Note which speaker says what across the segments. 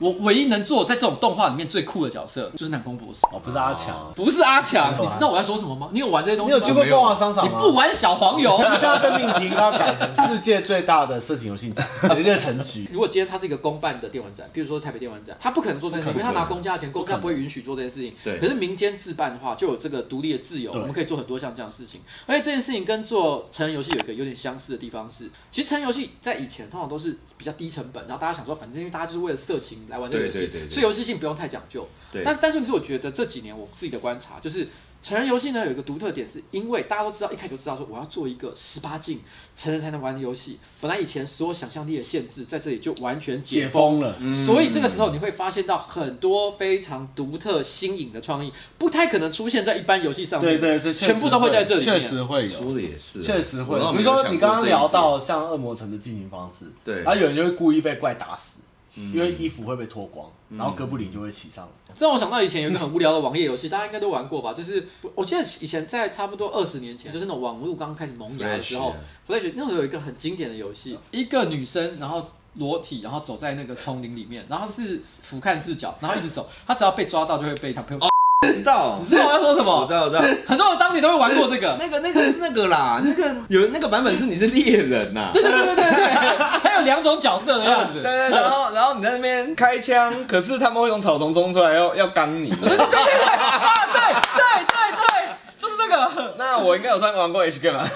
Speaker 1: 我唯一能做在这种动画里面最酷的角色就是南宫博士，
Speaker 2: 哦，不是阿强，
Speaker 1: 不是阿强。
Speaker 2: 懂啊
Speaker 1: 你知道我在说什么吗？你有玩这些东
Speaker 2: 你
Speaker 1: 西
Speaker 2: 有
Speaker 1: 吗？
Speaker 2: 去过
Speaker 3: 没有
Speaker 2: 逛华商场
Speaker 1: 你
Speaker 2: 吗？
Speaker 1: 不玩小黄油？
Speaker 2: 这样的命题应该要改成世界最大的色情游戏集一个成局。
Speaker 1: 如果今天它是一个公办的电玩展，比如说台北电玩展，它不可能做这件事，因
Speaker 2: 不
Speaker 1: 为
Speaker 2: 可能
Speaker 1: 它拿公家的钱，公家
Speaker 2: 能
Speaker 1: 不会允许做这件事情。
Speaker 3: 对
Speaker 1: 可是民间自办的话，就有这个独立的自由，
Speaker 2: 对
Speaker 1: 我们可以做很多像这样的事情。而且这件事情跟做成人游戏有一个有点相似的地方是，其实成人游戏在以前通常都是比较低成本，然后大家想说，反正因为大家就是为了色情来玩这个游戏
Speaker 3: 对对对，对
Speaker 1: 所以游戏性不用太讲究。
Speaker 3: 对
Speaker 1: 但但是，其实我觉得这几年我自己的观察就是。成人游戏呢有一个独特点，是因为大家都知道，一开始就知道说我要做一个十八禁成人才能玩的游戏。本来以前所有想象力的限制在这里就完全
Speaker 2: 解
Speaker 1: 解封，
Speaker 2: 封了，
Speaker 1: 所以这个时候你会发现到很多非常独特、新颖的创意，不太可能出现在一般游戏上
Speaker 2: 对
Speaker 1: 面。
Speaker 2: 对对，确实
Speaker 1: 全部都会在这里面
Speaker 2: 确实会有。
Speaker 3: 说的也是，啊
Speaker 2: 确实会
Speaker 3: 我倒，
Speaker 2: 比
Speaker 3: 没
Speaker 2: 如
Speaker 3: 有想过
Speaker 2: 说你刚刚
Speaker 3: 这一点
Speaker 2: 聊，到像恶魔城的进行方式，
Speaker 3: 对嗯
Speaker 2: 然后有人就会故意被怪打死，因为衣服会被脱光，然后哥布林就会骑上来。
Speaker 1: 这让我想到以前有一个很无聊的网页游戏，大家应该都玩过吧？就是我我记得以前在差不多二十年前，就是那种网络刚开始萌芽的时候 Flash 那时候有一个很经典的游戏，一个女生然后裸体，然后走在那个丛林里面，然后是俯瞰视角，然后一直走，她只要被抓到就会被她朋友。
Speaker 3: 知道
Speaker 1: 你，知道我要说什
Speaker 3: 我
Speaker 1: 么
Speaker 3: 知？道，我知道。
Speaker 1: 很多人当年都会玩过这个。
Speaker 3: 那个那个是那个 啦，那个有那个版本是你是猎人呐、
Speaker 1: 对对对对对对，还有两种角色的样
Speaker 3: 对
Speaker 1: 子。
Speaker 3: 对，然后然后你在那边开枪，可是他们会从草丛中出来要要刚 你。
Speaker 1: 对对对，就是这个。
Speaker 3: 那我应该有算玩过 H game 吗？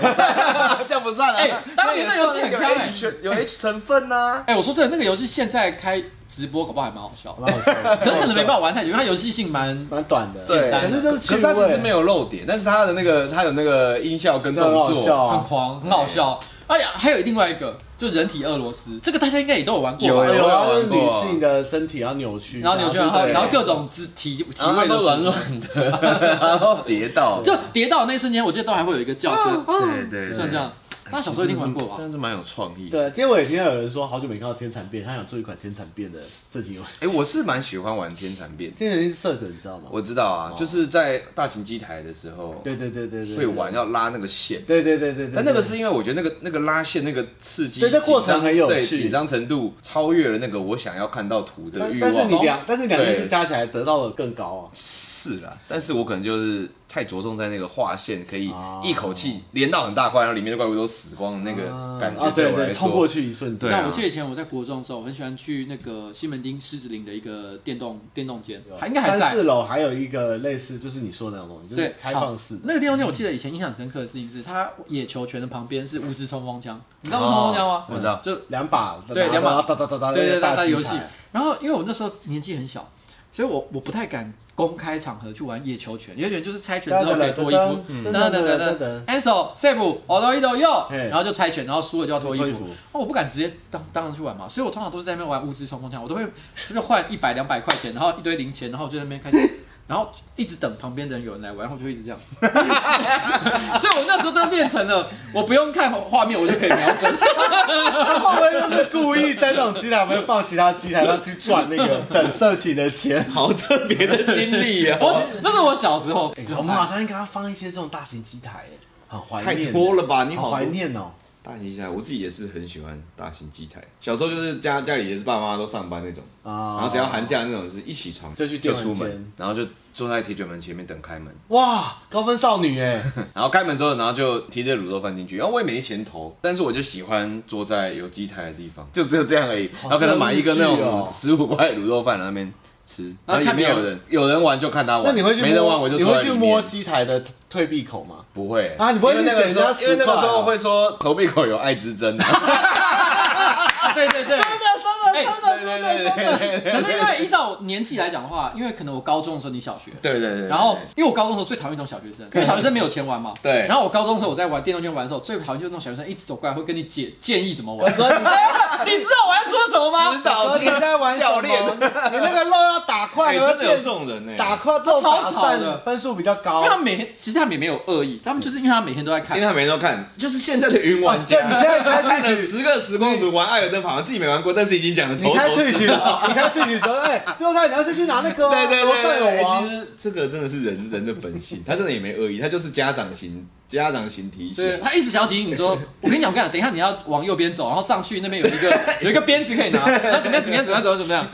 Speaker 3: 这样不算啊。
Speaker 1: 哎当年那游戏很
Speaker 3: 有
Speaker 1: 开
Speaker 3: H 有 H 成分啊呐、
Speaker 1: 哎、我说真的，那个游戏现在开直播，搞不好还蛮好笑的，
Speaker 2: 蛮好笑的，
Speaker 1: 可是可能没办法玩太久，因为它游戏性蛮……
Speaker 2: 蛮短的，
Speaker 3: 对
Speaker 2: 可是这是趣
Speaker 3: 可是它其实没
Speaker 2: 味，
Speaker 3: 有漏点，但是它的那个它有那个音效跟
Speaker 2: 真的很
Speaker 3: 动
Speaker 2: 好笑
Speaker 3: 作，
Speaker 1: 很
Speaker 2: 啊。
Speaker 1: 狂，很好笑。哎呀，还有另外一个，就人体俄罗斯，这个大家应该也都有玩过吧？哎
Speaker 2: 有啊，
Speaker 3: 有
Speaker 2: 就是
Speaker 3: 我有玩
Speaker 2: 女
Speaker 3: 过
Speaker 2: 性的身体要扭曲，
Speaker 1: 然后扭曲，然后
Speaker 2: 对
Speaker 1: 然后各种肢体体位的
Speaker 3: 软软的， 然后跌倒，
Speaker 1: 就跌倒的那一瞬间，我记得都还会有一个叫声，
Speaker 3: 对对
Speaker 1: 像这样。那小时候一定玩过吧？
Speaker 3: 但是蛮有创意的。
Speaker 2: 对，今天我也听到有人说好久没看到天蚕变，他想做一款天蚕变的色情游戏。
Speaker 3: 哎、我是蛮喜欢玩天蚕变的，
Speaker 2: 天蚕变是色者，你知道吗？
Speaker 3: 我知道啊，就是在大型机台的时候
Speaker 2: 哦对对对对对，
Speaker 3: 会玩，要拉那个线。
Speaker 2: 对对对对对。
Speaker 3: 但那个是因为我觉得那个那个拉线那个刺激，
Speaker 2: 对那过程
Speaker 3: 紧张
Speaker 2: 很有
Speaker 3: 对
Speaker 2: 趣
Speaker 3: 紧张程度超越了那个我想要看到图的
Speaker 2: 但
Speaker 3: 欲
Speaker 2: 但是
Speaker 3: 望。
Speaker 2: 你两，但是两件
Speaker 3: 对
Speaker 2: 事加起来得到的更高啊。
Speaker 3: 是啦，但是我可能就是太着重在那个画线，可以
Speaker 2: 哦
Speaker 3: 一口气连到很大块，然后里面的怪物都死光的那个感觉，
Speaker 2: 啊，对
Speaker 3: 我来
Speaker 2: 对，
Speaker 3: 说，
Speaker 2: 冲过去一瞬间，
Speaker 3: 对啊
Speaker 1: 那我记得以前我在国中的时候，我很喜欢去那个西门町狮子林的一个电动电动间，还应该还在
Speaker 2: 三。四楼还有一个类似，就是你说的那种东西，就是
Speaker 1: 对，
Speaker 2: 开放式
Speaker 1: 好
Speaker 2: 的。
Speaker 1: 那个电动店，我记得以前印象很深刻的事情是，它野球拳的旁边是无知冲锋枪，你知道无知冲锋枪吗？
Speaker 3: 哦我知道
Speaker 1: 就
Speaker 2: 两把，
Speaker 1: 对两把
Speaker 2: 然后哒哒哒哒，
Speaker 1: 对对
Speaker 2: 大
Speaker 1: 大大
Speaker 2: 机
Speaker 1: 游戏
Speaker 2: 台。
Speaker 1: 然后因为我那时候年纪很小，所以我我不太敢公开场合去玩野球拳，野球拳就是猜拳之后可以脱衣服，嗯
Speaker 2: 噔
Speaker 1: 等
Speaker 2: 噔
Speaker 1: 等
Speaker 2: 噔噔
Speaker 1: 等
Speaker 2: 噔噔
Speaker 1: 等，answer save，我都一都右，
Speaker 2: 嘿
Speaker 1: 然后就猜拳，然后输了就要脱衣
Speaker 2: 脱衣
Speaker 1: 服
Speaker 2: 服。
Speaker 1: 哦，我不敢直接当当场去玩嘛，所以我通常都是在那边玩物资冲锋枪，我都会就是换一百两百块钱，然后一堆零钱，然后我就在那边开始， 然后一直等旁边的人有人来玩，然后我就一直这样。 所以我那时候都练成了，我不用看画面，我就可以瞄 准。！
Speaker 2: 会不会 就是故意在那种机台旁边放其他机台，然后去赚那个等色情的 钱？
Speaker 3: 好特别 的经历啊
Speaker 1: 我那是我小时候，
Speaker 2: 哎我们马上应该要放一些这种大型机台，哎很怀
Speaker 3: 太
Speaker 2: 念。
Speaker 3: 多了吧？你
Speaker 2: 好
Speaker 3: 好
Speaker 2: 怀
Speaker 3: 多
Speaker 2: 念哦。
Speaker 3: 大型机台，我自己也是很喜欢大型机台。小时候就是家家里也是爸妈都上班那种，
Speaker 2: 啊
Speaker 3: 然后只要寒假那种是一起床
Speaker 2: 就去
Speaker 3: 就
Speaker 2: 电玩
Speaker 3: 出
Speaker 2: 间
Speaker 3: 门，然后就坐在铁卷门前面等开门，
Speaker 2: 哇，高分少女哎，
Speaker 3: 然后开门之后，然后就提着卤肉饭进去。然哦后我也没钱投，但是我就喜欢坐在有机台的地方，就只有这样而已。然后可能买一个那
Speaker 2: 好像日
Speaker 3: 种十
Speaker 2: 剧哦
Speaker 3: 五块卤肉饭，然后那边吃，
Speaker 1: 然
Speaker 3: 然
Speaker 1: 后
Speaker 3: 后
Speaker 1: 看
Speaker 3: 也没
Speaker 1: 别人
Speaker 3: 有人，有人玩就看他玩，
Speaker 2: 那你会去摸
Speaker 3: 没人玩我就
Speaker 2: 你
Speaker 3: 坐在
Speaker 2: 会去
Speaker 3: 里
Speaker 2: 摸
Speaker 3: 面。
Speaker 2: 机台的退避口吗？
Speaker 3: 不会
Speaker 2: 啊你不会去
Speaker 3: 因为那个时
Speaker 2: 捡人
Speaker 3: 候，
Speaker 2: 家
Speaker 3: 因为那个
Speaker 2: 十
Speaker 3: 时
Speaker 2: 块
Speaker 3: 候
Speaker 2: 啊
Speaker 3: 会说投币口有爱之争，
Speaker 1: 啊对对对。
Speaker 2: 真
Speaker 3: 哎
Speaker 2: 的真的真的真的真的。
Speaker 1: 可是因为依照我年纪来讲的话，因为可能我高中的时候你小学，
Speaker 3: 对对对对。
Speaker 1: 然后因为我高中的时候最讨厌那种小学生，因为小学生没有钱玩嘛。
Speaker 3: 对
Speaker 1: 然后我高中的时候我在玩电动圈玩的时候，最讨厌就是那种小学生一直走过来会跟你解建议怎么玩。 你知道我要说什么 吗？
Speaker 2: 导你在玩什么
Speaker 3: 教练
Speaker 2: 你那个肉要打快，
Speaker 3: 哎，
Speaker 2: 有没有
Speaker 3: 真的有
Speaker 2: 变
Speaker 3: 这种人呢，
Speaker 2: 打快肉打
Speaker 1: 超吵
Speaker 2: 散
Speaker 1: 的
Speaker 2: 分数比较
Speaker 1: 因为他
Speaker 2: 高。
Speaker 1: 们每天其实他们也没有恶意，他们就是因为他每天都在看
Speaker 3: 因为。他每天都看，就是现在的云
Speaker 2: 哇，
Speaker 3: 玩
Speaker 2: 这
Speaker 3: 家
Speaker 2: 你。现在
Speaker 3: 他
Speaker 2: 开
Speaker 3: 看了
Speaker 2: 始
Speaker 3: 十个时光族玩艾尔登法环，自己没玩过，但是已经讲两个头
Speaker 2: 你开
Speaker 3: 头
Speaker 2: 退
Speaker 3: 是
Speaker 2: 群，你开退群时候，哎，六太你要先去拿那个啊，
Speaker 3: 对对
Speaker 2: 罗
Speaker 3: 对
Speaker 2: 塞
Speaker 3: 对，
Speaker 2: 有
Speaker 3: 哎其
Speaker 2: 啊，
Speaker 3: 实这个真的是人人的本性，他真的也没恶意，他就是家长型家长型提
Speaker 1: 对
Speaker 3: 醒。
Speaker 1: 他一直想要提醒你说，我跟你讲，我跟你讲，等一下你要往右边走，然后上去那边有一个 有一个鞭子可以拿，然后怎么样怎么样怎么样怎么样怎么 样，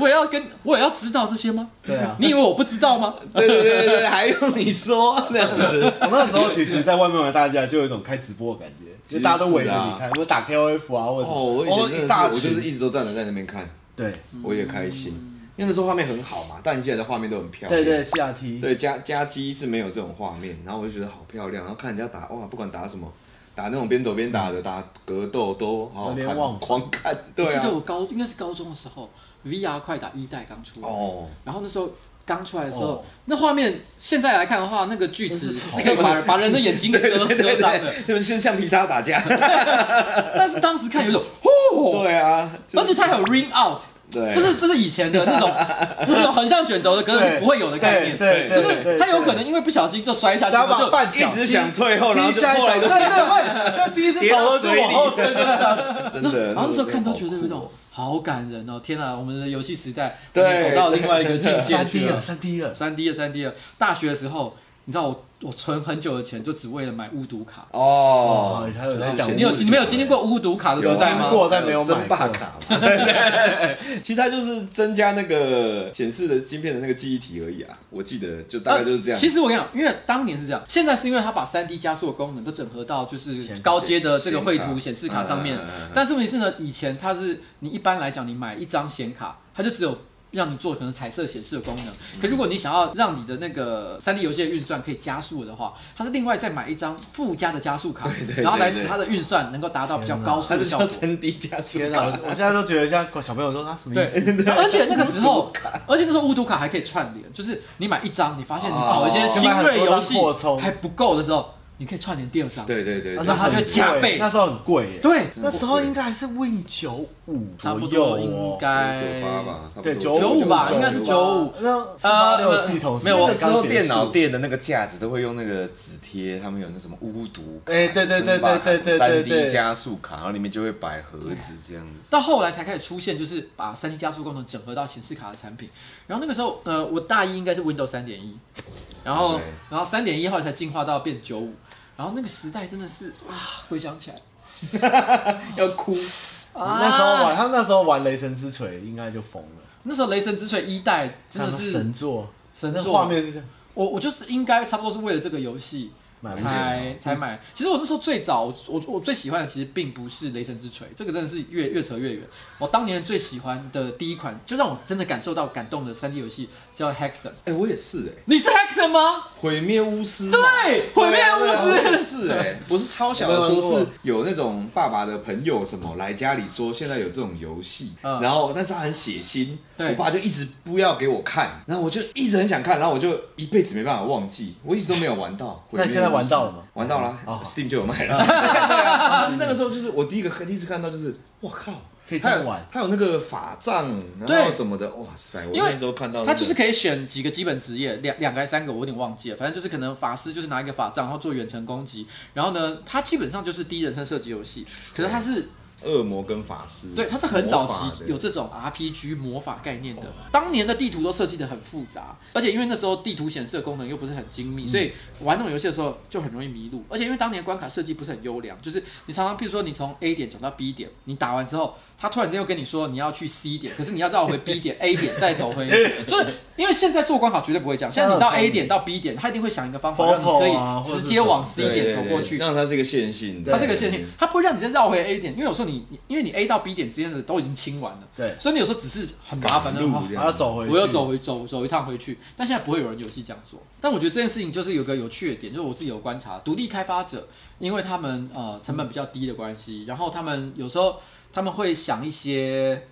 Speaker 1: 我也要跟我也要知道这些吗？
Speaker 2: 对啊。
Speaker 1: 你以为我不知道吗？
Speaker 3: 对对对对，还用你说那样 子？
Speaker 2: 我那时候其实，在外面玩大家就有一种开直播的感觉，就大家都围着你看，我打 K O F 啊，或者什
Speaker 3: 哦，
Speaker 2: 么
Speaker 3: 我以前真
Speaker 2: 一
Speaker 3: 的是
Speaker 2: 大
Speaker 3: 我就是
Speaker 2: 群，
Speaker 3: 一直都站着在那边看，
Speaker 2: 对
Speaker 3: 我也开心，因为那时候画面很好嘛，但你现在的画面都很漂亮。
Speaker 2: 嗯对对，下梯，
Speaker 3: 对，加加机是没有这种画面，然后我就觉得好漂亮，然后看人家打哇，不管打什么，打那种边走边打的，打格斗都好好
Speaker 2: 连
Speaker 3: 看，
Speaker 2: 忘
Speaker 3: 狂看，
Speaker 1: 我
Speaker 3: 对
Speaker 1: 记得
Speaker 3: 啊，
Speaker 1: 我高应该是高中的时候，VR 快打一代刚出来，
Speaker 3: 哦，
Speaker 1: 然后那时候刚出来的时候，
Speaker 2: 哦
Speaker 1: 那画面现在来看的话，那个锯子
Speaker 2: 真是
Speaker 1: 是可以把把人的眼睛给割割伤的，
Speaker 3: 就是橡皮擦打 架，
Speaker 1: 但是当时看有一种，
Speaker 3: 对啊，就
Speaker 1: 而且它还有 ring out，
Speaker 3: 对，
Speaker 1: 这是这是以前的那种那种横向卷轴的格
Speaker 2: 对，
Speaker 1: 子不会有的概念，
Speaker 2: 对，
Speaker 1: 就
Speaker 2: 对
Speaker 1: 是它有可能，因为不小心就摔下去，然
Speaker 2: 想把
Speaker 1: 后就
Speaker 2: 绊
Speaker 3: 一
Speaker 2: 脚
Speaker 3: 直想退后，然后
Speaker 2: 踢
Speaker 3: 就
Speaker 2: 下一
Speaker 3: 后来
Speaker 2: 脚，对
Speaker 3: 都
Speaker 2: 对对，就第一次找就往 后退，
Speaker 3: 真
Speaker 1: 那
Speaker 3: 的，
Speaker 1: 然后那时候看都
Speaker 3: 好
Speaker 1: 觉得有一种
Speaker 3: 酷。
Speaker 1: 好感人哦！天哪，我们的游戏时代，
Speaker 3: 对
Speaker 1: 我们走到另外一个境界
Speaker 2: 三 D
Speaker 1: 去
Speaker 2: 了，
Speaker 1: 了。
Speaker 2: 三 D 了，
Speaker 1: 三 D 的三 D 的，大学的时候，你知道我我存很久的钱，就只为了买巫毒卡。
Speaker 3: 哦
Speaker 2: 哦，还有在讲
Speaker 1: 你有你们有经历过巫毒卡的
Speaker 2: 有
Speaker 1: 时代
Speaker 2: 经
Speaker 1: 吗？
Speaker 2: 过但没有买
Speaker 3: 生霸卡嘛？ 对对对其实它就是增加那个显示的晶片的那个记忆体而已啊。我记得就大概就是这
Speaker 1: 呃
Speaker 3: 样。
Speaker 1: 其实我跟你讲，因为当年是这样，现在是因为它把三 D 加速的功能都整合到就是
Speaker 2: 显
Speaker 1: 高阶的这个绘图
Speaker 3: 显
Speaker 1: 显
Speaker 3: 示
Speaker 1: 示
Speaker 3: 卡
Speaker 1: 卡上面
Speaker 3: 嗯嗯嗯嗯。
Speaker 1: 但是问题是呢，以前它是你一般来讲，你买一张显卡，它就只有。让你做可能彩色显示的功能，
Speaker 3: 嗯
Speaker 1: 可如果你想要让你的那个三 D 游戏的运算可以加速的话，它是另外再买一张附加的加速卡，
Speaker 3: 对对
Speaker 1: 然后来
Speaker 3: 对
Speaker 1: 使
Speaker 3: 对
Speaker 1: 它的运算能够达到比较高速
Speaker 3: 它就
Speaker 1: 的效
Speaker 3: 叫
Speaker 1: 果。
Speaker 3: 三 D 加速
Speaker 2: 天哪，
Speaker 3: 卡，
Speaker 2: 我现在都觉得像小朋友说他什么
Speaker 1: 对
Speaker 2: 意思？，
Speaker 1: 而且那个时 候，而且那时候巫毒卡还可以串联，就是你买一张，你发现你跑一些新锐游戏还不够的时候，你可以串联第二张。
Speaker 3: 对对
Speaker 2: 啊
Speaker 3: 对，对
Speaker 1: 那它就加倍
Speaker 2: 那时候很贵耶，
Speaker 1: 对，
Speaker 2: 那时候应该还是 Win 九五
Speaker 1: 差
Speaker 2: 左
Speaker 1: 不
Speaker 2: 右
Speaker 1: 多应
Speaker 2: 哦，
Speaker 1: 该
Speaker 3: 九八吧，差不多
Speaker 2: 哎对
Speaker 1: 95
Speaker 2: 95
Speaker 1: 吧应该是95
Speaker 2: 那四八六系统是
Speaker 1: 没有
Speaker 2: 刚
Speaker 1: 我
Speaker 3: 那时候
Speaker 2: 结束
Speaker 3: 电脑店的那个架子都会用那个纸贴，他们有那什么巫毒卡，
Speaker 2: 哎对对对对对对
Speaker 3: 三
Speaker 2: 对
Speaker 3: D
Speaker 2: 对
Speaker 3: 加速卡，然后里面就会摆盒子这样子。
Speaker 1: 到后来才开始出现，就是把三 D 加速功能整合到显示卡的产品。然后那个时候，呃，我大一应该是 Windows 三点一，然后
Speaker 3: OK
Speaker 1: 然后三点一后来才进化到变九五，然后那个时代真的是哇，回想起来
Speaker 3: 要哭，
Speaker 1: 啊
Speaker 2: 那时候玩，他们那时候玩《雷神之锤》应该就疯了，
Speaker 1: 那时候《雷神之锤》一代真的
Speaker 2: 他们
Speaker 1: 是
Speaker 2: 神作，
Speaker 1: 神
Speaker 2: 那
Speaker 1: 作
Speaker 2: 画面是这样，
Speaker 1: 我我就是应该差不多是为了这个游戏
Speaker 2: 买不起
Speaker 3: 啊
Speaker 1: 才才买。其实我那时候最早，我我我最喜欢的其实并不是《雷神之锤》，这个真的是越越扯越远。我当年最喜欢的第一款，就让我真的感受到感动的三 D 游戏叫《Hexen》。
Speaker 3: 哎，我也是哎，
Speaker 1: 你是 Hexen 吗？
Speaker 3: 毁灭巫师嘛，
Speaker 1: 对毁灭巫师
Speaker 3: 对啊是哎， 我是超小的时
Speaker 2: 我没
Speaker 3: 候
Speaker 2: 玩
Speaker 3: 是
Speaker 2: 过
Speaker 3: 有那种爸爸的朋友什么来家里说现在有这种游戏，
Speaker 1: 嗯
Speaker 3: 然后但是他很血腥，
Speaker 1: 对
Speaker 3: 我爸就一直不要给我看，然后我就一直很想看，然后我就一辈子没办法忘记，我一直都没有玩 到。
Speaker 2: 那你现在玩到了吗
Speaker 3: 玩到了
Speaker 2: 哦
Speaker 3: ，Steam 就有卖了。对啊但是那个时
Speaker 1: 嗯
Speaker 3: 候就是我第一个第一次看到就是，我靠。
Speaker 2: 可以这样玩
Speaker 3: 还有那个法杖，然后
Speaker 1: 对
Speaker 3: 什么的，哇塞！我
Speaker 1: 因为
Speaker 3: 那时候看到那个
Speaker 1: 它就是可以选几个基本职业，两两个还是三个，我有点忘记了。反正就是可能法师就是拿一个法杖，然后做远程攻击。然后呢，它基本上就是第一人称射击游戏，可是它是
Speaker 3: 恶魔跟法师，
Speaker 1: 对，它是很早期有
Speaker 3: 有
Speaker 1: 这种 RPG 魔法概念的。当年的地图都设计的很复杂，而且因为那时候地图显示的功能又不是很精
Speaker 2: 嗯
Speaker 1: 密，所以玩那种游戏的时候就很容易迷路。而且因为当年关卡设计不是很优良，就是你常常譬如说你从 A 点走到 B 点，你打完之后，他突然间又跟你说你要去 C 点，可是你要绕回 B 点 A 点再走回，就是因为现在做关卡绝对不会这样，现在你到 A 点到 B 点，他一定会想一个方法让你可
Speaker 2: Portal 啊或
Speaker 1: 以
Speaker 2: 者是
Speaker 1: 直接往
Speaker 3: 对
Speaker 1: C
Speaker 3: 对
Speaker 1: 点走过去
Speaker 3: 对。让它是一个线性的，
Speaker 1: 它是个线性，它不会让你再绕回 A 点，因为有时候你你因为你 A 到 B 点之间的都已经清完了，
Speaker 2: 对
Speaker 1: 所以你有时候只是很麻烦的
Speaker 3: 赶路
Speaker 1: 话
Speaker 3: 这，样
Speaker 2: 还要走回去，
Speaker 1: 我又走回走走一趟回去，但现在不会有人游戏这样做。但我觉得这件事情就是有个有趣的点，就是我自己有观察，独立开发者，因为他们呃成本比较低的关系，然后他们有时候他们会想一些。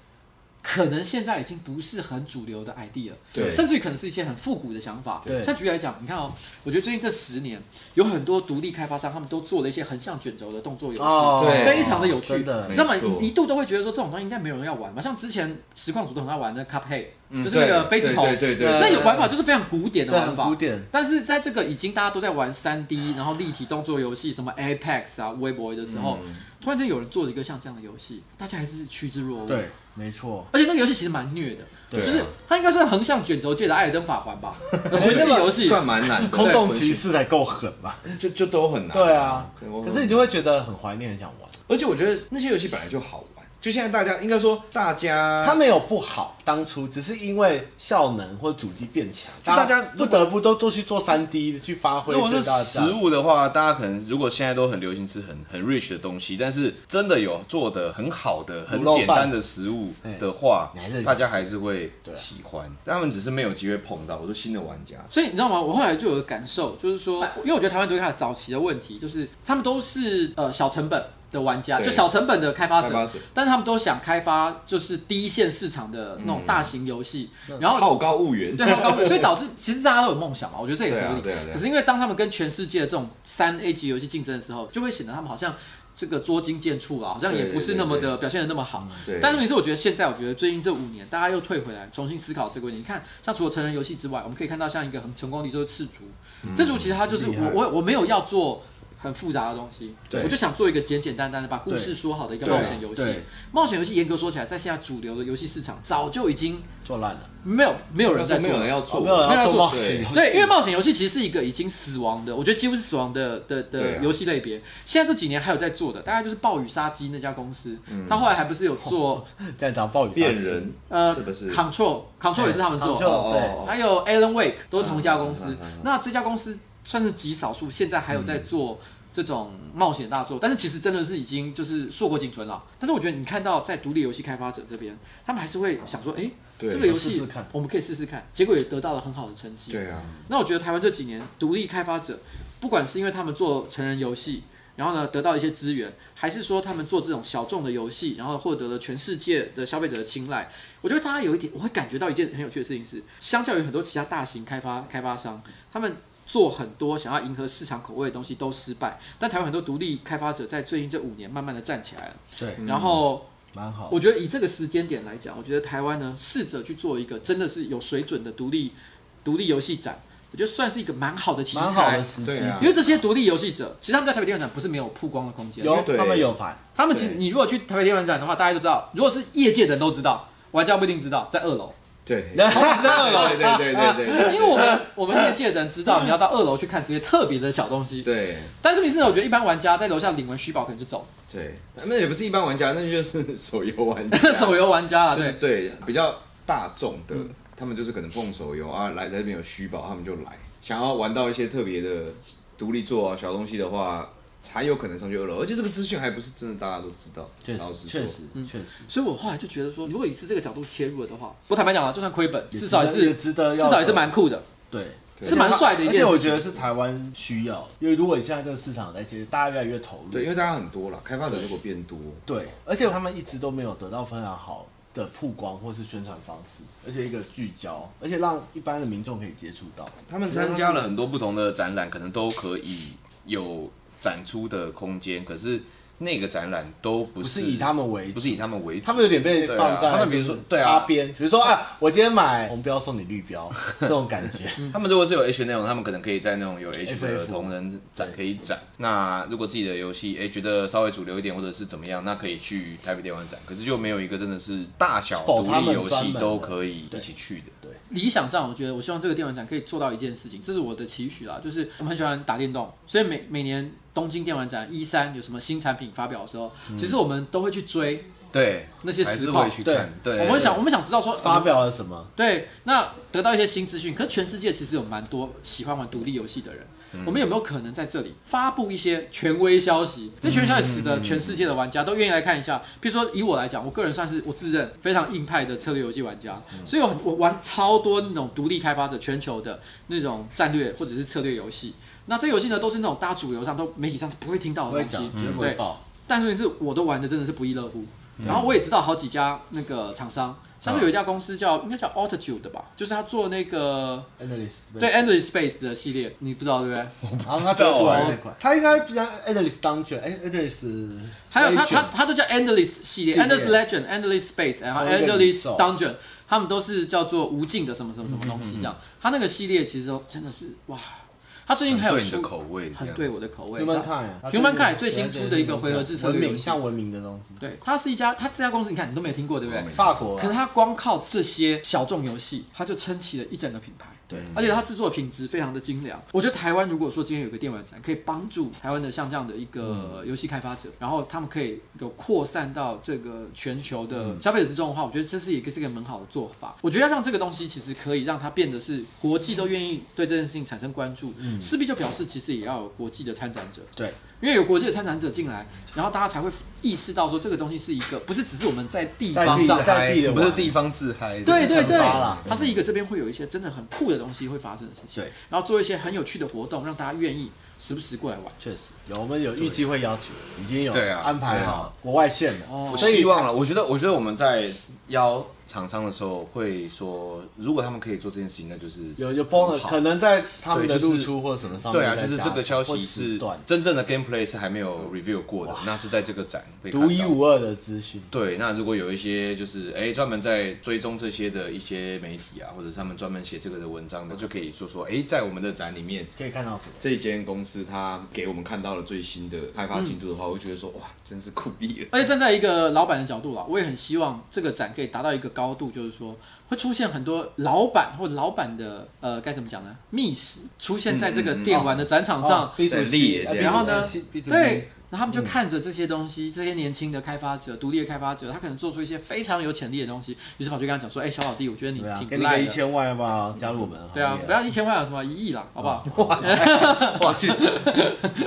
Speaker 1: 可能现在已经不是很主流的 idea，
Speaker 2: 对
Speaker 1: 甚至于可能是一些很复古的想法。
Speaker 2: 对
Speaker 1: 像举例来讲，你看哦，我觉得最近这十年有很多独立开发商，他们都做了一些横向卷轴的动作游戏，
Speaker 2: 哦
Speaker 3: 对
Speaker 1: 非常的有趣。
Speaker 2: 真的
Speaker 1: 你知道吗
Speaker 3: 没错？
Speaker 1: 一度都会觉得说这种东西应该没有人要玩嘛，像之前实况组都很爱玩的 Cuphead，、
Speaker 3: 嗯
Speaker 1: 就是那个
Speaker 3: 对
Speaker 1: 杯子头，
Speaker 3: 对对对对，
Speaker 1: 那有玩法就是非常古典的
Speaker 2: 对，
Speaker 1: 玩
Speaker 2: 很
Speaker 1: 法
Speaker 2: 古。典。
Speaker 1: 但是在这个已经大家都在玩三 D，然后立体动作游戏，什么 Apex 啊、微博的时候，
Speaker 3: 嗯
Speaker 1: 突然间有人做了一个像这样的游戏，大家还是趋之若鹜。
Speaker 2: 对，没错。
Speaker 1: 而且那个游戏其实蛮虐的，
Speaker 3: 对啊
Speaker 1: 就是它应该算横向卷轴界的《艾尔登法环》 吧，
Speaker 3: 啊
Speaker 1: 魂系游戏。
Speaker 3: 算蛮难的，
Speaker 2: 空洞骑士才够狠吧？
Speaker 3: 就就都很难。
Speaker 2: 对啊，
Speaker 3: 我
Speaker 2: 可是你就会觉得很怀念，很想玩。
Speaker 3: 而且我觉得那些游戏本来就好玩，就现在大家应该说大家
Speaker 2: 它没有不好，当初只是因为效能或主机变强，
Speaker 3: 就大家
Speaker 2: 不得不都都去做三 D 去发挥
Speaker 3: 如果
Speaker 2: 最
Speaker 3: 是
Speaker 2: 大的
Speaker 3: 食
Speaker 2: 价值。
Speaker 3: 物的话，大家可能如果现在都很流行吃很很 rich 的东西，但是真的有做的很好的、很
Speaker 2: 卤肉饭
Speaker 3: 简单的食物的话
Speaker 2: 哎你还是很，
Speaker 3: 大家还是会
Speaker 2: 对啊
Speaker 3: 喜欢。但他们只是没有机会碰到。我说新的玩家，
Speaker 1: 所以你知道吗？我后来就有个感受，就是说，
Speaker 3: 哎
Speaker 1: 因为我觉得台湾独立开发早期的问题，就是他们都是呃小成本的玩家，
Speaker 3: 对
Speaker 1: 就小成本的开发者，
Speaker 3: 开发者
Speaker 1: 但是他们都想开发就是第一线市场的那种大型游戏，然后
Speaker 3: 好高骛远，
Speaker 1: 对，好高贵所以导致其实大家都有梦想嘛，我觉得这也合理。
Speaker 3: 对啊对啊对啊
Speaker 1: 可是因为当他们跟全世界的这种三 A 级游戏竞争的时候，就会显得他们好像这个捉襟见绌啊，好像也不是那么
Speaker 3: 对对
Speaker 1: 的表现的那么好。
Speaker 3: 对
Speaker 1: 但是问题是，我觉得现在，我觉得最近这五年，大家又退回来重新思考这个问题。你看，像除了成人游戏之外，我们可以看到像一个很成功的就是赤足，
Speaker 3: 嗯
Speaker 1: 赤足其实它就是
Speaker 2: 厉害
Speaker 1: 我我我没有要做。很复杂的东西，
Speaker 3: 对
Speaker 1: 我就想做一个简简单单的把故事说好的一个
Speaker 2: 对
Speaker 1: 冒险游戏
Speaker 2: 对。
Speaker 1: 冒险游戏严格说起来，在现在主流的游戏市场早就已经
Speaker 2: 做烂了，
Speaker 1: 没有没有人在
Speaker 3: 但是
Speaker 1: 做
Speaker 3: 没
Speaker 1: 了，
Speaker 3: 有人要
Speaker 2: 哦
Speaker 3: 做，
Speaker 2: 没有人
Speaker 1: 那
Speaker 2: 要
Speaker 1: 要
Speaker 2: 做
Speaker 1: 做
Speaker 2: 冒险游戏。
Speaker 1: 对，因为冒险游戏其实是一个已经死亡的，我觉得几乎是死亡的的
Speaker 3: 对
Speaker 1: 的
Speaker 3: 啊
Speaker 1: 游戏类别。现在这几年还有在做的，大概就是暴雨杀机那家公司，
Speaker 3: 嗯
Speaker 1: 他后来还不是有做
Speaker 2: 这样讲暴雨杀机
Speaker 3: 变人，
Speaker 1: 呃
Speaker 3: 是不是？
Speaker 1: Control Control 也是他们做，
Speaker 2: Control，
Speaker 3: 哦
Speaker 1: 还有 Alan Wake 都是同一家公司
Speaker 3: 嗯嗯嗯嗯嗯。嗯
Speaker 1: 那这家公司算是极少数，现在还有在做这种冒险大作，但是其实真的是已经就是硕果仅存了。但是我觉得你看到在独立游戏开发者这边，他们还是会想说，哎，
Speaker 3: 对
Speaker 1: 这个游
Speaker 2: 试试
Speaker 1: 戏
Speaker 2: 看
Speaker 1: 我们可以试试看，结果也得到了很好的成绩。
Speaker 3: 对啊，
Speaker 1: 那我觉得台湾这几年独立开发者，不管是因为他们做成人游戏，然后呢得到一些资源，还是说他们做这种小众的游戏，然后获得了全世界的消费者的青睐，我觉得大家有一点，我会感觉到一件很有趣的事情是，相较于很多其他大型开发开发商，他们。做很多想要迎合市场口味的东西都失败，但台湾很多独立开发者在最近这五年慢慢的站起来了。
Speaker 2: 对，
Speaker 1: 然后
Speaker 2: 蛮好。
Speaker 1: 我觉得以这个时间点来讲，我觉得台湾呢，试着去做一个真的是有水准的独立独立游戏展，我觉得算是一个蛮好的题
Speaker 2: 蛮好
Speaker 1: 材
Speaker 2: 的。时
Speaker 3: 对
Speaker 2: 机，
Speaker 3: 啊
Speaker 1: 因为这些独立游戏者，其实他们在台北电玩展不是没有曝光的空间。
Speaker 2: 有
Speaker 3: 对
Speaker 2: 他们有牌，
Speaker 1: 他们其实
Speaker 3: 对
Speaker 1: 你如果去台北电玩展的话，大家都知道，如果是业界的人都知道，玩家不一定知道，在二楼，
Speaker 3: 对，对
Speaker 2: 然后
Speaker 1: 在二楼。
Speaker 3: 对对对对 对
Speaker 1: 因为我们我们业界的人知道，你要到二楼去看这些特别的小东西。
Speaker 3: 对
Speaker 1: 但是问题是呢，我觉得一般玩家在楼下领完虚宝可能就走，
Speaker 3: 对，那也不是一般玩家，那就是手游玩家，
Speaker 1: 手游玩家啊，
Speaker 3: 就是
Speaker 1: 对。
Speaker 3: 对比较大众的，他们就是可能碰手游啊，来来这边有虚宝，他们就来，想要玩到一些特别的独立作啊小东西的话，才有可能上去二楼，而且这个资讯还不是真的大家都知道，
Speaker 2: 确
Speaker 3: 老
Speaker 2: 实
Speaker 3: 实
Speaker 2: 确
Speaker 3: 说
Speaker 2: 实。确实，
Speaker 1: 所以我后来就觉得说，如果你是这个角度切入了的话，我坦白讲啊，就算亏本，
Speaker 2: 也
Speaker 1: 至少也
Speaker 2: 值得也
Speaker 1: 是
Speaker 2: 值得
Speaker 1: 至
Speaker 2: 要
Speaker 1: 少也是蛮酷的，
Speaker 2: 对。
Speaker 1: 是蛮帅的一件
Speaker 2: 而且
Speaker 1: 事
Speaker 2: 我
Speaker 1: 情。
Speaker 2: 觉得是台湾需要，因为如果你现在这个市场在，其实大家越来越投入，
Speaker 3: 对，因为大家很多了，开发者如果变多，
Speaker 2: 对，而且他们一直都没有得到非常好的曝光或是宣传方式，而且一个聚焦，而且让一般的民众可以接触到。
Speaker 3: 他们参加了很多不同的展览，可能都可以有展出的空间，可是那个展览都不
Speaker 2: 不
Speaker 3: 是
Speaker 2: 是以他们为
Speaker 3: 不是以他们为主，
Speaker 2: 他们有点被放在
Speaker 3: 对啊他们比如说对啊
Speaker 2: 擦边，比如说啊，我今天买红标送你绿 标这种感觉，
Speaker 1: 嗯
Speaker 3: 他们如果是有 H 内容，他们可能可以在那种有 H 的
Speaker 2: FF
Speaker 3: 同人展可以展。那如果自己的游戏哎、觉得稍微主流一点或者是怎么样，那可以去台北电玩展。可是就没有一个真的是大小
Speaker 2: 否
Speaker 3: 独
Speaker 2: 他
Speaker 3: 立
Speaker 2: 们
Speaker 3: 游
Speaker 2: 专
Speaker 3: 戏
Speaker 2: 门的
Speaker 3: 都可以一起去的。
Speaker 1: 理想上，我觉得我希望这个电玩展可以做到一件事情，这是我的期许啦。就是我们很喜欢打电动，所以每每年东京电玩展一三有什么新产品发表的时候，其实我们都会去追，
Speaker 3: 对，
Speaker 1: 那些
Speaker 3: 还是
Speaker 1: 实况
Speaker 3: 会去看。对，
Speaker 1: 我们想我们想知道说
Speaker 2: 发表了什么？
Speaker 1: 对，那得到一些新资讯。可是全世界其实有蛮多喜欢玩独立游戏的人，我们有没有可能在这里发布一些权威消息？这权威消息使得全世界的玩家都愿意来看一下。比如说以我来讲，我个人算是我自认非常硬派的策略游戏玩家，所以我很我玩超多那种独立开发者全球的那种战略或者是策略游戏。那这游戏呢，都是那种大家主流上都媒体上不会听到
Speaker 2: 不
Speaker 1: 的
Speaker 2: 会
Speaker 1: 东
Speaker 2: 讲
Speaker 1: 西，，
Speaker 2: 绝对不会
Speaker 1: 对。
Speaker 2: 报。
Speaker 3: 嗯
Speaker 1: 但是是我都玩的真的是不亦乐乎。然后我也知道好几家那个厂商，像是有一家公司叫应该叫 Altitude 吧，就是他做那个
Speaker 2: Analyst
Speaker 1: 对 Android Space 的系列，你不知道对不对？
Speaker 3: 哦
Speaker 2: 然后他做出来那
Speaker 3: 啊
Speaker 2: 款，他应该比较 Analyst 当卷，哎 Analyst
Speaker 1: 还有它它它都叫 Endless 系列
Speaker 2: 系列
Speaker 1: ，Endless Legend、Endless Space，然后
Speaker 2: 同一个
Speaker 1: Endless
Speaker 2: 宇宙
Speaker 1: Dungeon，他们都是叫做无尽的什么什么什么东
Speaker 3: 嗯
Speaker 1: 西这样。它那个系列其实都真的是哇，它最近还有
Speaker 3: 对你的
Speaker 1: 出
Speaker 3: 口味，
Speaker 1: 很对我的口味。
Speaker 2: Human
Speaker 1: 它
Speaker 2: Kind 啊
Speaker 1: Human Kind 最新出的一个回合制策
Speaker 2: 文
Speaker 1: 略游
Speaker 2: 明
Speaker 1: 戏，
Speaker 2: 像文明的东西，
Speaker 1: 对，它是一家它这家公司你看你都没有听过对不对？
Speaker 2: 法国
Speaker 1: 可是
Speaker 2: 啊
Speaker 1: 它光靠这些小众游戏，它就撑起了一整个品牌。
Speaker 2: 对
Speaker 1: 而且它制作品质非常的精良。我觉得台湾如果说今天有个电玩展，可以帮助台湾的像这样的一
Speaker 2: 嗯
Speaker 1: 个游戏开发者，然后他们可以有扩散到这个全球
Speaker 2: 嗯
Speaker 1: 的消费者之中的话，我觉得这是一个是一个很好的做法。我觉得要让这个东西其实可以让它变得是国际都愿意对这件事情产生关注，
Speaker 2: 嗯
Speaker 1: 势必就表示其实也要有国际的参展者。
Speaker 2: 对，
Speaker 1: 因为有国际的参展者进来，然后大家才会意识到说这个东西是一个不是只是我们在地
Speaker 2: 在
Speaker 1: 方
Speaker 2: 地
Speaker 1: 上
Speaker 3: 自嗨
Speaker 2: 在地的
Speaker 3: 不是
Speaker 2: 玩
Speaker 3: 地方自嗨，
Speaker 1: 对
Speaker 3: 就是
Speaker 1: 对对
Speaker 2: 想法啦，
Speaker 1: 它是一个这边会有一些真的很酷的东西会发生的事情，
Speaker 2: 对，
Speaker 1: 然后做一些很有趣的活动，让大家愿意时不时过来玩。
Speaker 2: 确实有，我们有预计会邀请，已经有
Speaker 3: 对啊
Speaker 2: 安排
Speaker 3: 对
Speaker 2: 好国外线了，
Speaker 1: 哦
Speaker 3: 我
Speaker 2: 所以
Speaker 3: 希望了，我觉得，我觉得我们在邀厂商的时候会说，如果他们可以做这件事情，那就是
Speaker 2: 有有 bonus，
Speaker 3: 好
Speaker 2: 可能在他们的
Speaker 3: 对就
Speaker 2: 露
Speaker 3: 是
Speaker 2: 出或什么上面
Speaker 3: 对啊，
Speaker 2: 再
Speaker 3: 就是
Speaker 2: 加
Speaker 3: 这个消
Speaker 2: 或
Speaker 3: 息
Speaker 2: 时
Speaker 3: 是
Speaker 2: 段
Speaker 3: 真正的 gameplay 是还没有 review 过的，那是在这个展被看到
Speaker 2: 独一无二的资讯。
Speaker 3: 对，那如果有一些就是哎专门在追踪这些的一些媒体啊，或者是他们专门写这个的文章的，就可以说说哎，在我们的展里面，
Speaker 2: 可以看到什么？
Speaker 4: 这间公司它给我们看到了最新的开发进度的
Speaker 2: 嗯
Speaker 4: 话，我会觉得说哇，真是酷毙了。
Speaker 1: 而且站在一个老板的角度啦，我也很希望这个展可以达到一个高度，就是说会出现很多老板或者老板的呃该怎么讲呢？密使出现在这个电玩的展场上，
Speaker 2: 哦 B
Speaker 4: 在
Speaker 2: to
Speaker 4: 列
Speaker 2: C，哎
Speaker 4: 这样
Speaker 1: 然后呢
Speaker 2: B to C
Speaker 1: 对，然后他们就看着这些东西，这些年轻的开发者、独立的开发者，他可能做出一些非常有潜力的东西，于是跑去跟他讲说：“哎、小老弟，我觉得你
Speaker 2: 对啊，给
Speaker 1: 挺不
Speaker 2: 你个
Speaker 1: 赖
Speaker 2: 一
Speaker 1: 的。”
Speaker 2: 千万吧，加入我们。
Speaker 1: 对啊，不要一千万，什么一亿啦，好不好？
Speaker 3: 哇去，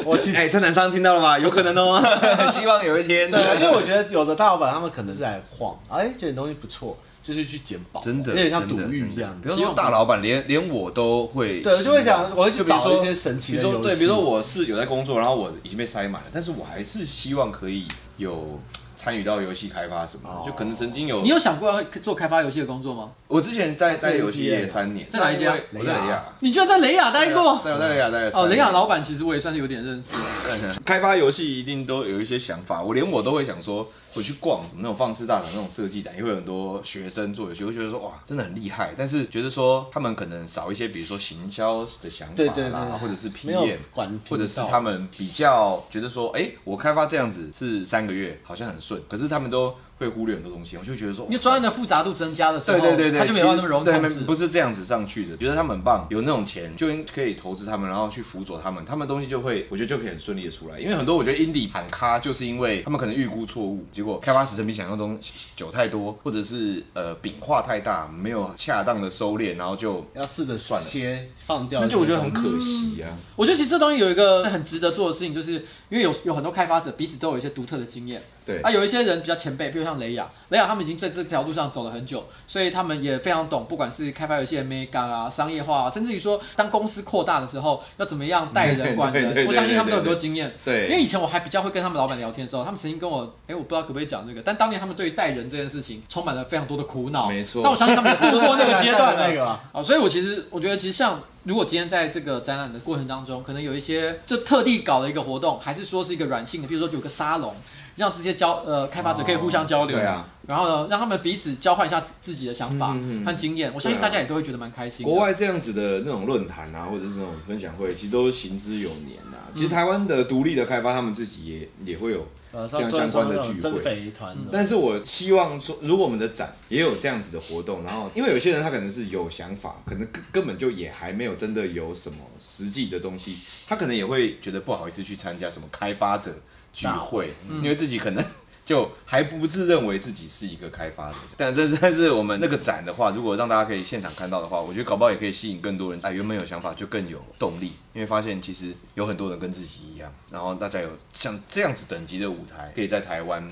Speaker 2: 我去。
Speaker 3: 哎，参展商听到了吗？有可能哦， 希望有一 天
Speaker 2: 对啊，因为我觉得有的大老板他们可能是来晃，哎，觉得东西不错，就是去捡宝，
Speaker 3: 真的
Speaker 2: 有点像赌
Speaker 3: 真的
Speaker 2: 玉
Speaker 3: 真的
Speaker 2: 这样
Speaker 3: 不
Speaker 2: 子。
Speaker 3: 要说大老板，连连我都会
Speaker 2: 对，我就会想，我会去
Speaker 3: 就比如
Speaker 2: 找
Speaker 3: 说
Speaker 2: 一些神奇
Speaker 3: 比
Speaker 2: 的
Speaker 3: 如
Speaker 2: 游
Speaker 3: 说
Speaker 2: 戏。
Speaker 3: 对，比如说我是有在工作，然后我已经被塞满了，但是我还是希望可以有参与到游戏开发什么的，
Speaker 2: 哦
Speaker 3: 就可能曾经有
Speaker 1: 你有想过要做开发游戏的工作吗？
Speaker 3: 我之前在在游戏业三年，
Speaker 1: 在哪一家
Speaker 3: 但因为我在雷亚。
Speaker 1: 你居然在雷亚待过？
Speaker 3: 对，我在雷亚待了三
Speaker 1: 哦，
Speaker 3: 年
Speaker 1: 雷亚老板其实我也算是有点认识。
Speaker 3: 开发游戏一定都有一些想法，我连我都会想说，我去逛那种放肆大厂那种设计展，也会有很多学生做游戏，我会觉得说哇，真的很厉害，但是觉得说他们可能少一些，比如说行销的想法啦，
Speaker 2: 对对对对
Speaker 3: 或者是
Speaker 2: 没有
Speaker 3: PM，
Speaker 2: 管频道，
Speaker 3: 或者是他们比较觉得说，哎、我开发这样子是三个月，好像很顺，可是他们都会忽略很多东西，我就觉得说，
Speaker 1: 因为专案的复杂度增加的时候，
Speaker 3: 对对对对，
Speaker 1: 他就没办法那么容易
Speaker 3: 对
Speaker 1: 控
Speaker 3: 没
Speaker 1: 制。
Speaker 3: 不是这样子上去的。觉得他们很棒，有那种钱就可以投资他们，然后去辅佐他们，他们东西就会，我觉得就可以很顺利的出来。因为很多我觉得 indie 喊咖，就是因为他们可能预估错误，结果开发时程比想象中久太多，或者是呃饼化太大，没有恰当的收敛，然后就
Speaker 2: 要试着
Speaker 3: 算了
Speaker 2: 切放掉。
Speaker 3: 那就我觉得很
Speaker 4: 可惜
Speaker 3: 嗯
Speaker 4: 啊，
Speaker 1: 我觉得其实这东西有一个很值得做的事情，就是因为有有很多开发者彼此都有一些独特的经验。
Speaker 4: 对
Speaker 1: 啊，有一些人比较前辈，比如像雷亚，雷亚他们已经在这条路上走了很久，所以他们也非常懂，不管是开发游戏的 mega 啊、商业化啊，甚至于说当公司扩大的时候要怎么样带人、管
Speaker 4: 对对对对
Speaker 1: 人，我相信他们都有很多经验。
Speaker 4: 对
Speaker 1: 因为以前我还比较会跟他们老板聊天的时候，他们曾经跟我，哎、我不知道可不可以讲这个，但当年他们对于带人这件事情充满了非常多的苦恼。
Speaker 4: 没错
Speaker 1: 但我相信他们也度过那个阶 段
Speaker 2: 那
Speaker 1: 了
Speaker 2: 个。吧，
Speaker 1: 哦，所以我其实我觉得，其实像如果今天在这个展览的过程当中，可能有一些就特地搞了一个活动，还是说是一个软性的，比如说有个沙龙，让这些交呃开发者可以互相交流，
Speaker 4: 对啊，
Speaker 1: 然后呢，让他们彼此交换一下自自己的想法
Speaker 4: 嗯嗯嗯
Speaker 1: 和经验，我相
Speaker 4: 对
Speaker 1: 信
Speaker 4: 啊
Speaker 1: 大家也都会觉得蛮开心的。
Speaker 4: 国外这样子的那种论坛啊，或者是那种分享会，其实都行之有年啊。其实
Speaker 1: 嗯
Speaker 4: 台湾的独立的开发，他们自己也也会有
Speaker 2: 呃，
Speaker 4: 这
Speaker 2: 像
Speaker 4: 样相关的聚
Speaker 2: 增
Speaker 4: 会。
Speaker 2: 肥团
Speaker 3: 嗯
Speaker 2: 的，
Speaker 4: 但是我希望说，如果我们的展也有这样子的活动，然后因为有些人他可能是有想法，可能根根本就也还没有真的有什么实际的东西，他可能也会
Speaker 3: 会觉得不好意思去参加什么开发者聚会，因为自己可能就还不是认为自己是一个开发者。但这 但是我们那个展的话，如果让大家可以现场看到的话，我觉得搞不好也可以吸引更多人。哎，原本有想法就更有动力，因为发现其实有很多人跟自己一样，然后大家有像这样子等级的舞台，可以在台湾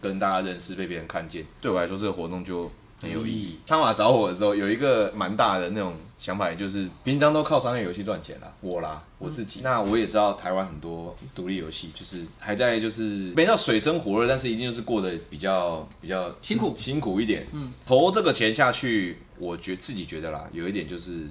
Speaker 3: 跟大家认识，被别人看见。对我来说，这个活动就很有意义。汤马找我的时候，有一个蛮大的那种想法，也就是平常都靠商业游戏赚钱啦，我啦，我自己。那我也知道台湾很多独立游戏，就是还在就是没到水深火热，但是一定就是过得比较比较
Speaker 1: 辛苦
Speaker 3: 辛苦一点。嗯，投这个钱下去，我觉自己觉得啦，有一点就是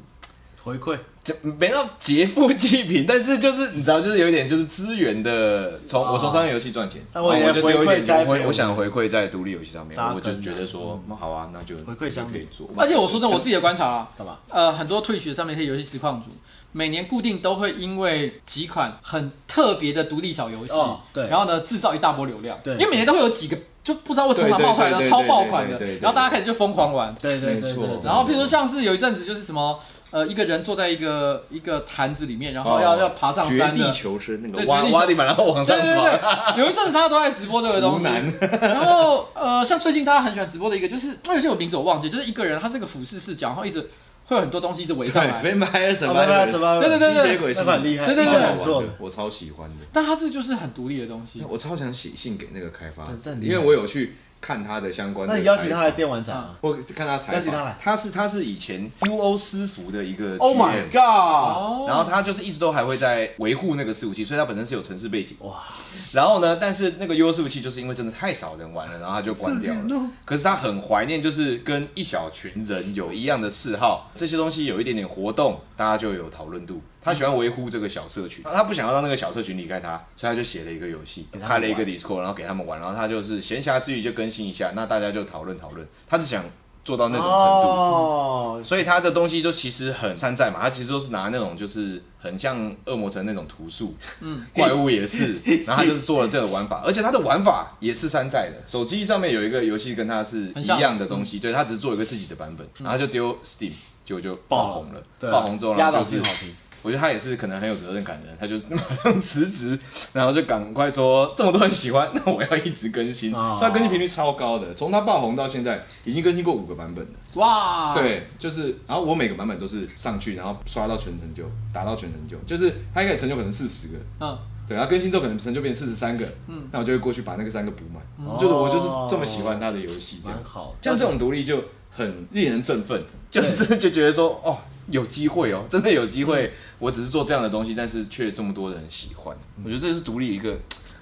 Speaker 2: 回馈
Speaker 3: 这没到劫富济贫，但是就是你知道，就是有一点就是资源的，从
Speaker 2: 啊
Speaker 3: 我从商业游戏赚钱，
Speaker 2: 那我也
Speaker 3: 然后就
Speaker 2: 回馈
Speaker 3: 有一点
Speaker 2: 栽培
Speaker 3: 就回，
Speaker 2: 我
Speaker 3: 我想回馈在独立游戏上面
Speaker 2: 扎，根
Speaker 3: 我就觉得说，
Speaker 2: 嗯
Speaker 3: 好啊，那就
Speaker 2: 回馈相比
Speaker 3: 可以做。
Speaker 1: 而且我说真的，我自己的观察啊，
Speaker 2: 干嘛？
Speaker 1: 呃，很多退学上面一些游戏实况组，每年固定都会因为几款很特别的独立小游戏，
Speaker 2: 哦对
Speaker 1: 然后呢制造一大波流量，
Speaker 2: 对
Speaker 1: 因为每年都会有几个就不知道为什么它冒出来
Speaker 5: 对
Speaker 1: 的
Speaker 5: 对对
Speaker 1: 超爆款
Speaker 5: 对
Speaker 1: 的
Speaker 5: 对对，对
Speaker 1: 然后大家开始就疯狂玩，
Speaker 2: 对对对
Speaker 5: 没错
Speaker 2: 对，
Speaker 1: 然后譬如说像是有一阵子就是什么。呃，一个人坐在一个一个坛子里面，然后要、
Speaker 3: 哦
Speaker 1: 要爬上
Speaker 5: 绝
Speaker 1: 山
Speaker 5: 地
Speaker 1: 的，
Speaker 5: 求生那
Speaker 1: 对
Speaker 5: 个
Speaker 3: 挖
Speaker 1: 决定
Speaker 3: 挖地板然后往
Speaker 1: 对
Speaker 3: 上
Speaker 1: 对
Speaker 3: 抓，
Speaker 1: 对，有一阵子大家都在直播这个东
Speaker 5: 湖
Speaker 1: 西。
Speaker 5: 南，
Speaker 1: 然后呃，像最近大家很喜欢直播的一个，就是那有些我名字我忘记，就是一个人他是个俯视视角，然后一直会有很多东西一直围上来。
Speaker 5: 对，Vampire
Speaker 2: 什么什
Speaker 5: Survivors，
Speaker 2: 么？
Speaker 1: 对对对
Speaker 5: 吸血鬼
Speaker 2: 那
Speaker 5: 是
Speaker 2: 很厉害，
Speaker 1: 对对对
Speaker 2: 蛮
Speaker 5: 好
Speaker 2: 好
Speaker 5: 玩
Speaker 2: 做
Speaker 5: 的
Speaker 2: 的，。
Speaker 5: 我超喜欢的。
Speaker 1: 但他这就是很独立的东西。
Speaker 5: 我超想写信给那个开发
Speaker 2: 很正，
Speaker 5: 因为我有去看他的相关的
Speaker 2: 那
Speaker 5: 采
Speaker 2: 你
Speaker 5: 访。
Speaker 2: 邀请他来电玩展啊
Speaker 5: 我看他采
Speaker 2: 邀请他
Speaker 5: 访
Speaker 2: 来，
Speaker 3: 他是他是以前 UO 私服的一个
Speaker 2: ？Oh my
Speaker 3: GM
Speaker 2: god！
Speaker 1: 哦，
Speaker 3: 然后他就是一直都还会在维护那个伺服器，所以他本身是有城市背景。
Speaker 2: 哇！
Speaker 3: 然后呢，但是那个 U 伺服器就是因为真的太少人玩了，然后他就关 掉
Speaker 2: 嗯
Speaker 3: 了。可是他很怀念，就是跟一小群人有一样的嗜好，这些东西有一点点活动，大家就有讨论度。他喜欢维护这个小社群，他不想要让那个小社群离开他，所以他就写了一个游戏
Speaker 2: 给，他们
Speaker 3: 开了一个
Speaker 2: 玩
Speaker 3: Discord，然后给他们玩，然后他就是闲暇之余就更新一下，那大家就讨论讨论。他是想做到那种程度。
Speaker 2: 哦，
Speaker 3: 所以他的东西就其实很山寨嘛，他其实都是拿那种就是很像恶魔城那种图素，嗯，怪物也是，然后他就是做了这个玩法，而且他的玩法也是山寨的，手机上面有一个游戏跟它是
Speaker 1: 很
Speaker 3: 一
Speaker 1: 像
Speaker 3: 样的东西，对，他只是做一个自己的版本，然后就丢 Steam，结果就爆红了，
Speaker 2: 对啊
Speaker 3: 爆红之后，然
Speaker 2: 压
Speaker 3: 后
Speaker 2: 倒
Speaker 3: 就是
Speaker 2: 性好评。
Speaker 3: 我觉得他也是可能很有责任感的人，他就马上 辞职，然后就赶快说这么多人喜欢，那我要一直更新，
Speaker 2: 哦
Speaker 3: 所
Speaker 5: 所以他
Speaker 3: 以
Speaker 5: 更新频率超高的，从他爆红到现在已经更新过五个版本了。
Speaker 1: 哇，，
Speaker 5: 对，就是，然后我每个版本都是上去，然后刷到全成就，打到全成就，就是他一开始成就可能四十个，
Speaker 1: 嗯，
Speaker 5: 对，然后更新之后可能成就变四十三个，嗯，那我就会过去把那个三个补满，
Speaker 1: 哦
Speaker 5: 就是我就是这么喜欢他的游戏这样
Speaker 2: 蛮，好的，
Speaker 5: 像这种独立就很令人振奋，
Speaker 3: 就是就觉得说，哦，有机会哦，真的有机会。我只是做这样的东西，但是却这么多人喜欢，
Speaker 1: 嗯
Speaker 3: 我觉得这是独立一个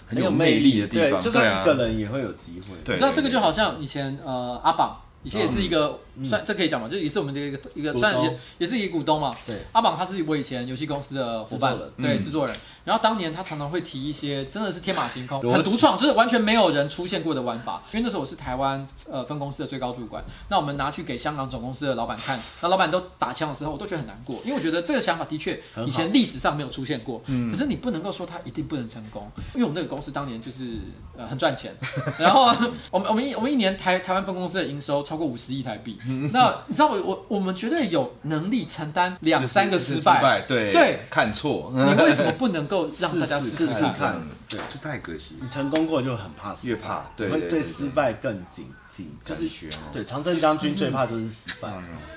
Speaker 3: 很有魅力的地
Speaker 2: 对
Speaker 3: 方。
Speaker 2: 就
Speaker 3: 对
Speaker 2: 算
Speaker 3: 啊
Speaker 2: 一，个人也会有机会。
Speaker 3: 对
Speaker 1: 你知道这个就好像以前呃阿榜。以前也是一个、算这可以讲嘛，就是也是我们的一个一个
Speaker 2: 嗯股东
Speaker 1: 算也也是一个股东嘛。
Speaker 2: 对，
Speaker 1: 阿榜他是我以前游戏公司的伙伴
Speaker 2: 制作，人嗯
Speaker 1: 对制作人。然后当年他常常会提一些真的是天马行空、
Speaker 2: 逻辑
Speaker 1: 很独创，就是完全没有人出现过的玩法。因为那时候我是台湾呃分公司的最高主管，那我们拿去给香港总公司的老板看，那老板都打枪的时候，我都觉得很难过，因为我觉得这个想法的确
Speaker 2: 很
Speaker 1: 以
Speaker 2: 好
Speaker 1: 前历史上没有出现过。
Speaker 3: 嗯
Speaker 1: 可是你不能够说它一定不能成功，因为我们那个公司当年就是呃很赚钱，然后啊我们我们一我们一年台台湾分公司的营收超过五十亿台 币，那你知道我我我们绝对有能力承担两三个
Speaker 3: 就
Speaker 1: 失
Speaker 3: 是失
Speaker 1: 败，
Speaker 3: 对
Speaker 1: 对
Speaker 3: 看错，
Speaker 1: 你为什么不能够让大家
Speaker 3: 试
Speaker 1: 试
Speaker 3: 试
Speaker 1: 看？
Speaker 2: 看
Speaker 3: 对，就太可惜，
Speaker 2: 你成功过就很怕失败，
Speaker 3: 越怕对
Speaker 2: 会
Speaker 3: 对
Speaker 2: 对
Speaker 3: 对
Speaker 2: 失败更警惕。就
Speaker 3: 就是是学哦。
Speaker 2: 对长征将军最怕就是失败，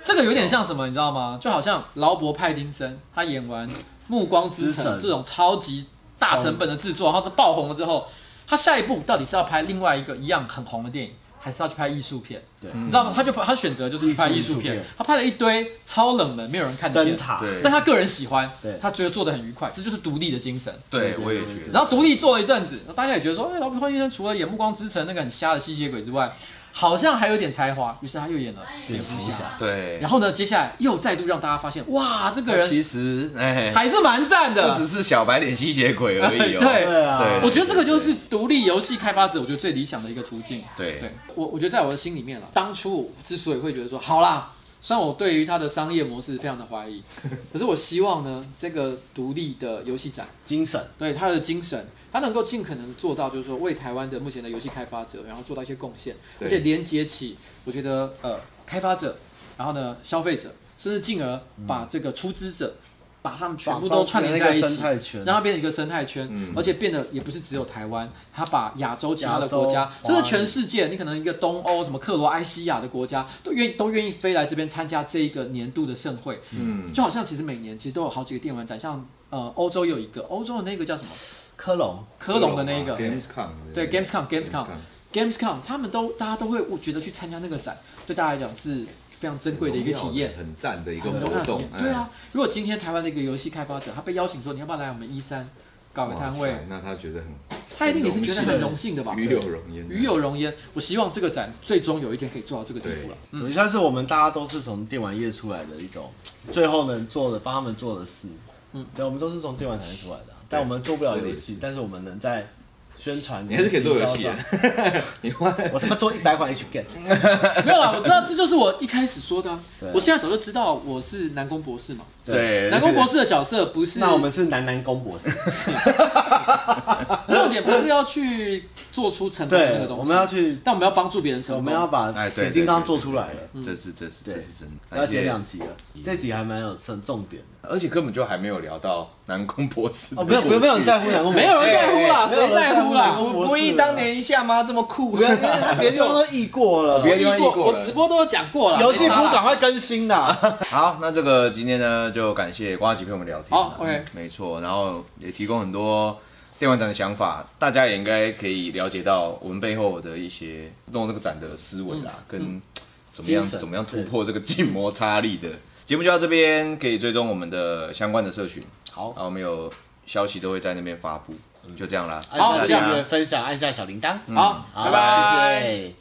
Speaker 1: 这个有点像什么，你知道吗？就好像劳勃·派丁森，他演完《暮光之城
Speaker 2: 之》城
Speaker 1: 这种超级大成本的制作，然后这爆红了之后，他下一步到底是要拍另外一个一样很红的电影，还是要去拍艺术片？
Speaker 2: 对
Speaker 1: 你知道吗？他就他选择就是去拍艺术
Speaker 2: 艺术
Speaker 1: 片
Speaker 2: 片，
Speaker 1: 他拍了一堆超冷门、没有人看的
Speaker 2: 灯
Speaker 1: 片，
Speaker 2: 塔
Speaker 3: 对
Speaker 1: 但他个人喜欢
Speaker 2: 对，
Speaker 1: 他觉得做的很愉快，这就是独立的精神。
Speaker 3: 对，
Speaker 2: 对
Speaker 3: 我也
Speaker 2: 对
Speaker 3: 觉
Speaker 2: 对
Speaker 3: 得。
Speaker 1: 然后独立做了一阵子，大家也觉得说，哎、劳勃·派丁森除了演《暮光之城》那个很瞎的吸血鬼之外，好像还有点才华，于是他又演了《蝙
Speaker 2: 蝙
Speaker 1: 蝠
Speaker 2: 蝠
Speaker 1: 侠》。
Speaker 2: 侠，
Speaker 3: 对，
Speaker 1: 然后呢，接下来又再度让大家发现，哇，这个
Speaker 3: 那
Speaker 1: 人
Speaker 3: 其实哎，
Speaker 1: 还是蛮赞
Speaker 3: 不
Speaker 1: 的
Speaker 3: 只。是小白脸吸血鬼而已哦。
Speaker 1: 对
Speaker 2: 对啊，
Speaker 1: 我觉得这个就是独立游戏开发者，我觉得最理想的一个途径。
Speaker 3: 对
Speaker 1: 对我，我觉得在我的心里面了，啊当初我之所以会觉得说，好啦，虽然我对于它的商业模式非常的 怀疑，可是我希望呢，这个独立的游戏展，
Speaker 2: 精神
Speaker 1: 对它的精神，它能够尽可能做到，就是说为台湾的目前的游戏开发者，然后做到一些贡献，
Speaker 5: 对
Speaker 1: 而且连接起，我觉得呃，开发者，然后呢，消费者，甚至进而把这个出资者，把他们全部都串联在一
Speaker 2: 嗯把那个生
Speaker 1: 起。
Speaker 2: 态圈，
Speaker 1: 让它变成一个生态圈，
Speaker 5: 嗯
Speaker 1: 而且变得也不是只有台湾，它把亚洲其他的
Speaker 2: 亚洲
Speaker 1: 国家，甚至
Speaker 2: 华人
Speaker 1: 全世界，你可能一个东欧什么克罗埃西亚的国家，都愿意都愿意飞来这边参加这一个年度的盛会。
Speaker 5: 嗯，
Speaker 1: 就好像其实每年其实都有好几个电玩展，像呃欧洲有一个，欧洲的那个叫什么
Speaker 2: 科隆
Speaker 1: 科隆的那一个，
Speaker 5: Gamescom，
Speaker 1: 对 Gamescom Gamescom Gamescom，他们都大家都会觉得去参加那个展，对大家来讲是非常珍贵的一个体验。
Speaker 6: 很赞的一个
Speaker 1: 很多
Speaker 6: 活
Speaker 1: 看
Speaker 6: 动
Speaker 3: 哎
Speaker 6: 哎
Speaker 1: 点。对啊，如果今天台湾的一个游戏开发者，他被邀请说你要不要来我们一 E 三搞
Speaker 6: 哎，
Speaker 1: 个
Speaker 6: 哇
Speaker 1: 摊位
Speaker 6: 塞，那他觉得很
Speaker 1: 他一定也是觉得很荣幸的吧？
Speaker 6: 与有荣焉，啊
Speaker 1: 与有荣焉。我希望这个展最终有一天可以做到这个地步了。
Speaker 2: 有像是我们大家都是从电玩业出来的一种，最后能做的帮他们做的事，嗯，对，我们都是从电玩产业出来的啊、但我们做不了游戏，但是我们能在宣传，
Speaker 6: 你还是可以做游戏啊
Speaker 2: 营销上，我他妈做一百款 H game，
Speaker 1: 没有啦，我知道这就是我一开始说的啊、
Speaker 2: 对
Speaker 1: 我现在早就知道我是南宫博士嘛。
Speaker 3: 对，
Speaker 1: 南宫博士的角色不是
Speaker 2: 那我们是男男公博士，
Speaker 1: 重点，不是要去做出成功的那
Speaker 2: 对
Speaker 1: 个，东西。
Speaker 2: 我们要去，
Speaker 1: 但我们要帮助别人成功。
Speaker 2: 我们要把
Speaker 3: 哎，
Speaker 2: 铁
Speaker 3: 对，对
Speaker 2: 金刚
Speaker 3: 对
Speaker 2: 做
Speaker 3: 对
Speaker 2: 出来了，
Speaker 3: 对嗯这是这是这
Speaker 2: 对嗯
Speaker 3: 是真的，
Speaker 2: 要
Speaker 3: 而且
Speaker 2: 剪两集了，这集还蛮有重重点的，
Speaker 3: 而且根本就还没有聊到南宫博士的
Speaker 2: 哦，没有没有没有人在乎男公博
Speaker 1: 没
Speaker 2: 士，
Speaker 1: 有人在乎啦，
Speaker 2: 哎没
Speaker 1: 谁
Speaker 2: 有人
Speaker 1: 在乎啦
Speaker 2: 在？乎
Speaker 6: 啊
Speaker 3: 不意当年一下吗？这么酷，
Speaker 2: 不要，别地方都译过了，
Speaker 3: 别的地
Speaker 1: 我
Speaker 3: 方
Speaker 1: 已
Speaker 3: 已过
Speaker 1: 过，我
Speaker 3: 了
Speaker 1: 直播都有讲过了。
Speaker 2: 游戏
Speaker 1: 没
Speaker 2: 铺
Speaker 1: 差啦
Speaker 2: 赶快更新 啦！
Speaker 3: 好，那这个今天呢，就感谢瓜吉陪我们聊天了。嗯
Speaker 1: 好，OK
Speaker 3: 没错，然后也提供很多电玩展的想法，大家也应该可以了解到我们背后的一些弄这个展的思维啦，
Speaker 1: 嗯
Speaker 3: 跟怎么样
Speaker 2: 精神
Speaker 3: 怎么样突破这个静摩擦力的。节目就到这边，可以追踪我们的相关的社群，
Speaker 2: 好
Speaker 3: 然，后我们有消息都会在那边发布，就这样啦。
Speaker 1: 嗯好
Speaker 2: 按
Speaker 1: 这
Speaker 2: 下
Speaker 1: 样
Speaker 2: 订阅、分享，按下小铃铛。
Speaker 1: 好，
Speaker 2: 嗯好，
Speaker 1: 拜拜。
Speaker 2: 谢谢